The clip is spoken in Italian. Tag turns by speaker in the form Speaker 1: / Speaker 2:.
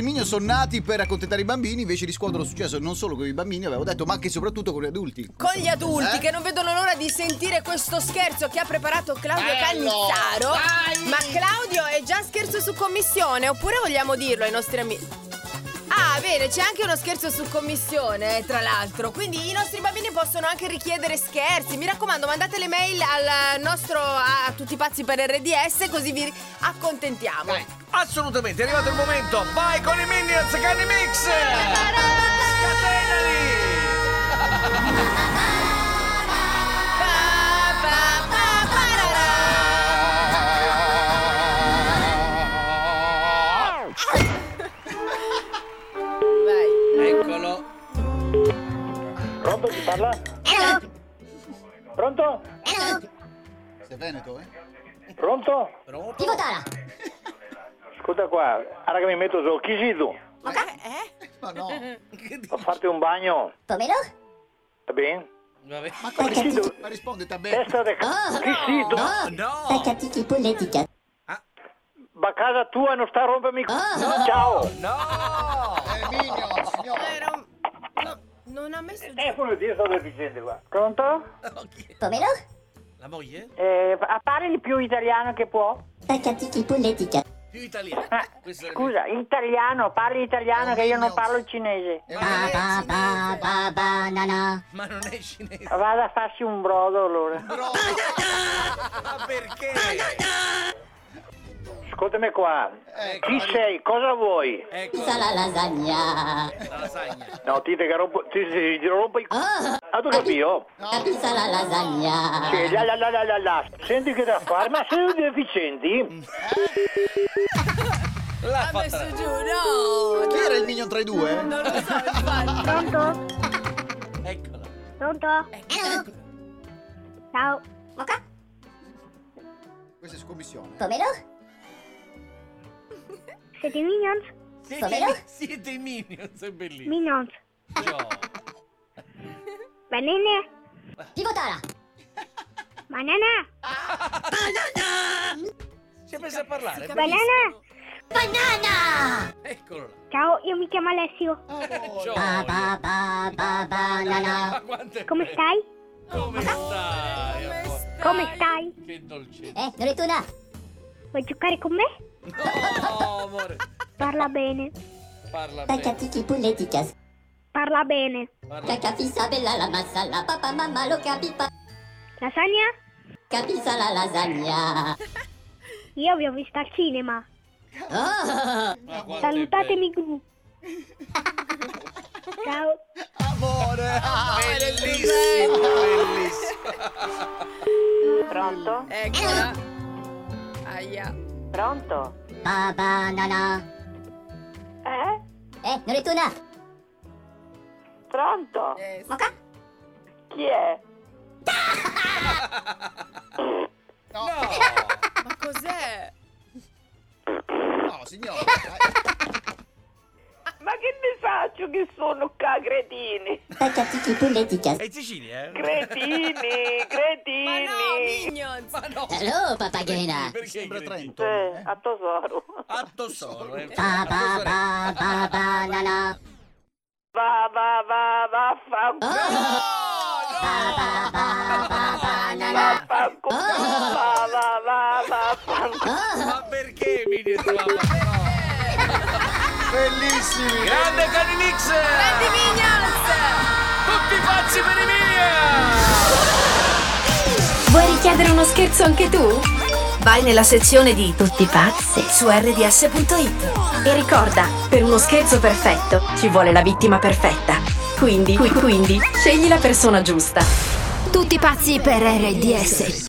Speaker 1: e Migno sono nati per accontentare i bambini, invece riscuotono successo non solo con i bambini, avevo detto, ma anche e soprattutto con gli adulti.
Speaker 2: Con gli adulti
Speaker 1: Eh?
Speaker 2: che non vedono l'ora di sentire questo scherzo che ha preparato Claudio
Speaker 1: Bello!
Speaker 2: Cannizzaro.
Speaker 1: Dai!
Speaker 2: Ma Claudio è già scherzo su commissione, oppure vogliamo dirlo ai nostri amici? Ah, bene, c'è anche uno scherzo su commissione, eh, tra l'altro. Quindi i nostri bambini possono anche richiedere scherzi. Mi raccomando, mandate le mail al nostro a tutti pazzi per RDS così vi accontentiamo.
Speaker 3: Assolutamente, è arrivato il momento. Vai con i Minions Cani Mix! Scatenali!
Speaker 2: Pa, pa, pa, pararà. Vai.
Speaker 3: Eccolo.
Speaker 4: Pronto chi parla? Pronto?
Speaker 1: Sei veneto, eh?
Speaker 4: Pronto?
Speaker 3: Pronto?
Speaker 5: Tivotara,
Speaker 4: Ascolta qua, ora che mi metto su, chi sei tu?
Speaker 2: Eh?
Speaker 1: Ma no,
Speaker 4: Fa farti un bagno,
Speaker 5: pomelo?
Speaker 4: va bene?
Speaker 3: Vabbè.
Speaker 1: ma come
Speaker 4: Sì,
Speaker 1: rispondi?
Speaker 4: dove-
Speaker 1: Ma rispondete a me.
Speaker 4: Testa di c***o,
Speaker 5: Oh,
Speaker 4: chi sei tu?
Speaker 5: No,
Speaker 3: No.
Speaker 5: Patatiti polletica.
Speaker 4: Va a casa tua e non sta a rompermi il
Speaker 5: Ah,
Speaker 4: c***o, ciao!
Speaker 3: No!
Speaker 1: Eh, Migno, signore.
Speaker 2: Era un- no, non ha messo giù.
Speaker 4: Telefono di sto deficiente qua. Pronto?
Speaker 5: Pomelo?
Speaker 3: La moglie?
Speaker 6: Eh, a- parli più italiano che può.
Speaker 5: Patatiti polletica.
Speaker 3: Più italiana.
Speaker 6: Ah,
Speaker 3: Questo è il-
Speaker 6: scusa, italiano, parli italiano che io non
Speaker 1: Minions.
Speaker 6: parlo il cinese.
Speaker 1: È
Speaker 5: Ba
Speaker 1: un
Speaker 5: ba ba ba ba na na.
Speaker 3: Ma non è cinese.
Speaker 6: Vado a farsi un brodo allora.
Speaker 1: bro.
Speaker 3: Ma perché?
Speaker 7: Ah,
Speaker 4: Ascoltami qua,
Speaker 3: Ecco,
Speaker 4: chi sei? Cosa vuoi?
Speaker 3: ecco
Speaker 5: Pizza la lasagna.
Speaker 3: la lasagna.
Speaker 4: No, ti che rompo, ti, ti- ti rompo il c***o.
Speaker 5: Oh,
Speaker 4: Ah, tu capito?
Speaker 5: la pizza la lasagna.
Speaker 4: Sì, la la la la la la. Senti che da fare, ma sei un deficienti?
Speaker 3: L'ha
Speaker 2: Ha
Speaker 3: fatta.
Speaker 2: messo giù, no!
Speaker 1: Chi era il Migno tra i due?
Speaker 2: Non lo so, infatti.
Speaker 7: Pronto?
Speaker 3: Eccola.
Speaker 7: Pronto? Ciao.
Speaker 5: Moca?
Speaker 1: Questa è su commissione.
Speaker 5: Pomelo?
Speaker 7: Siete Minions?
Speaker 5: Pomelo?
Speaker 3: Siete, siete i Minions, è bellissimo.
Speaker 7: Minions.
Speaker 3: No.
Speaker 7: Banane?
Speaker 5: Tivotara.
Speaker 7: Banana?
Speaker 3: Sempre sa parlare.
Speaker 7: Banana?
Speaker 5: Banana.
Speaker 3: Eccolo là.
Speaker 7: Ciao, io mi chiamo Alessio.
Speaker 5: Ba
Speaker 3: Gioia.
Speaker 5: ba ba ba ba na na.
Speaker 3: Ma quanto è
Speaker 7: ah, Come
Speaker 3: bello.
Speaker 7: stai?
Speaker 3: Come stai? amore?
Speaker 7: Come stai?
Speaker 3: Che dolcezza.
Speaker 5: Eh, Loretuna.
Speaker 7: Vuoi giocare con me?
Speaker 3: No, amore.
Speaker 7: Parla bene.
Speaker 3: Parla bene.
Speaker 5: Patatiti polletica.
Speaker 7: Parla bene.
Speaker 3: Parla
Speaker 5: Cacca fissa bella la massa. La papà mamma lo capipa.
Speaker 7: Lasagna?
Speaker 5: Capizza la lasagna.
Speaker 7: Io vi ho visto al cinema.
Speaker 5: Oh.
Speaker 3: Ma quanto è
Speaker 7: Salutatemi Gru. Ciao.
Speaker 1: Amore! Ah,
Speaker 3: bello. Bellissimo, bellissimo.
Speaker 6: Pronto?
Speaker 2: Eccola. Eh, Aia.
Speaker 6: Pronto?
Speaker 5: Ba ba na na.
Speaker 6: Eh?
Speaker 5: Eh, Loretuna.
Speaker 6: Pronto?
Speaker 2: Eh, sì.
Speaker 5: Moca?
Speaker 6: Chi è?
Speaker 3: No.
Speaker 2: Ma cos'è?
Speaker 1: no, signore. eh,
Speaker 6: Ma che ne faccio che sono ca cretini?
Speaker 5: Patatiti polletica.
Speaker 3: È in Sicilia, eh?
Speaker 6: Cretini,
Speaker 2: Ma no,
Speaker 6: cretini.
Speaker 2: Minions!
Speaker 3: Ma no.
Speaker 5: Hello, papagena.
Speaker 3: Perché
Speaker 1: Sembra
Speaker 3: credi?
Speaker 1: Trento.
Speaker 6: Eh, a tesoro.
Speaker 3: Atto solo. eh.
Speaker 5: Ba ba ba ba ba na na.
Speaker 6: Va, va, va, va, a fa un
Speaker 5: Oh. Ba ba ba ba ba Oh. na na.
Speaker 6: vaffanculo. Va, va, va, va, vaffanculo.
Speaker 3: Ma perché Minions? Ma no.
Speaker 1: Bellissimi!
Speaker 3: Grande Canimix!
Speaker 2: Grandi Minions!
Speaker 3: Tutti pazzi per Emilia!
Speaker 8: Vuoi richiedere uno scherzo anche tu? Vai nella sezione di Tutti pazzi su rds.it e ricorda, per uno scherzo perfetto ci vuole la vittima perfetta. Quindi, qui- quindi, scegli la persona giusta. Tutti pazzi per RDS.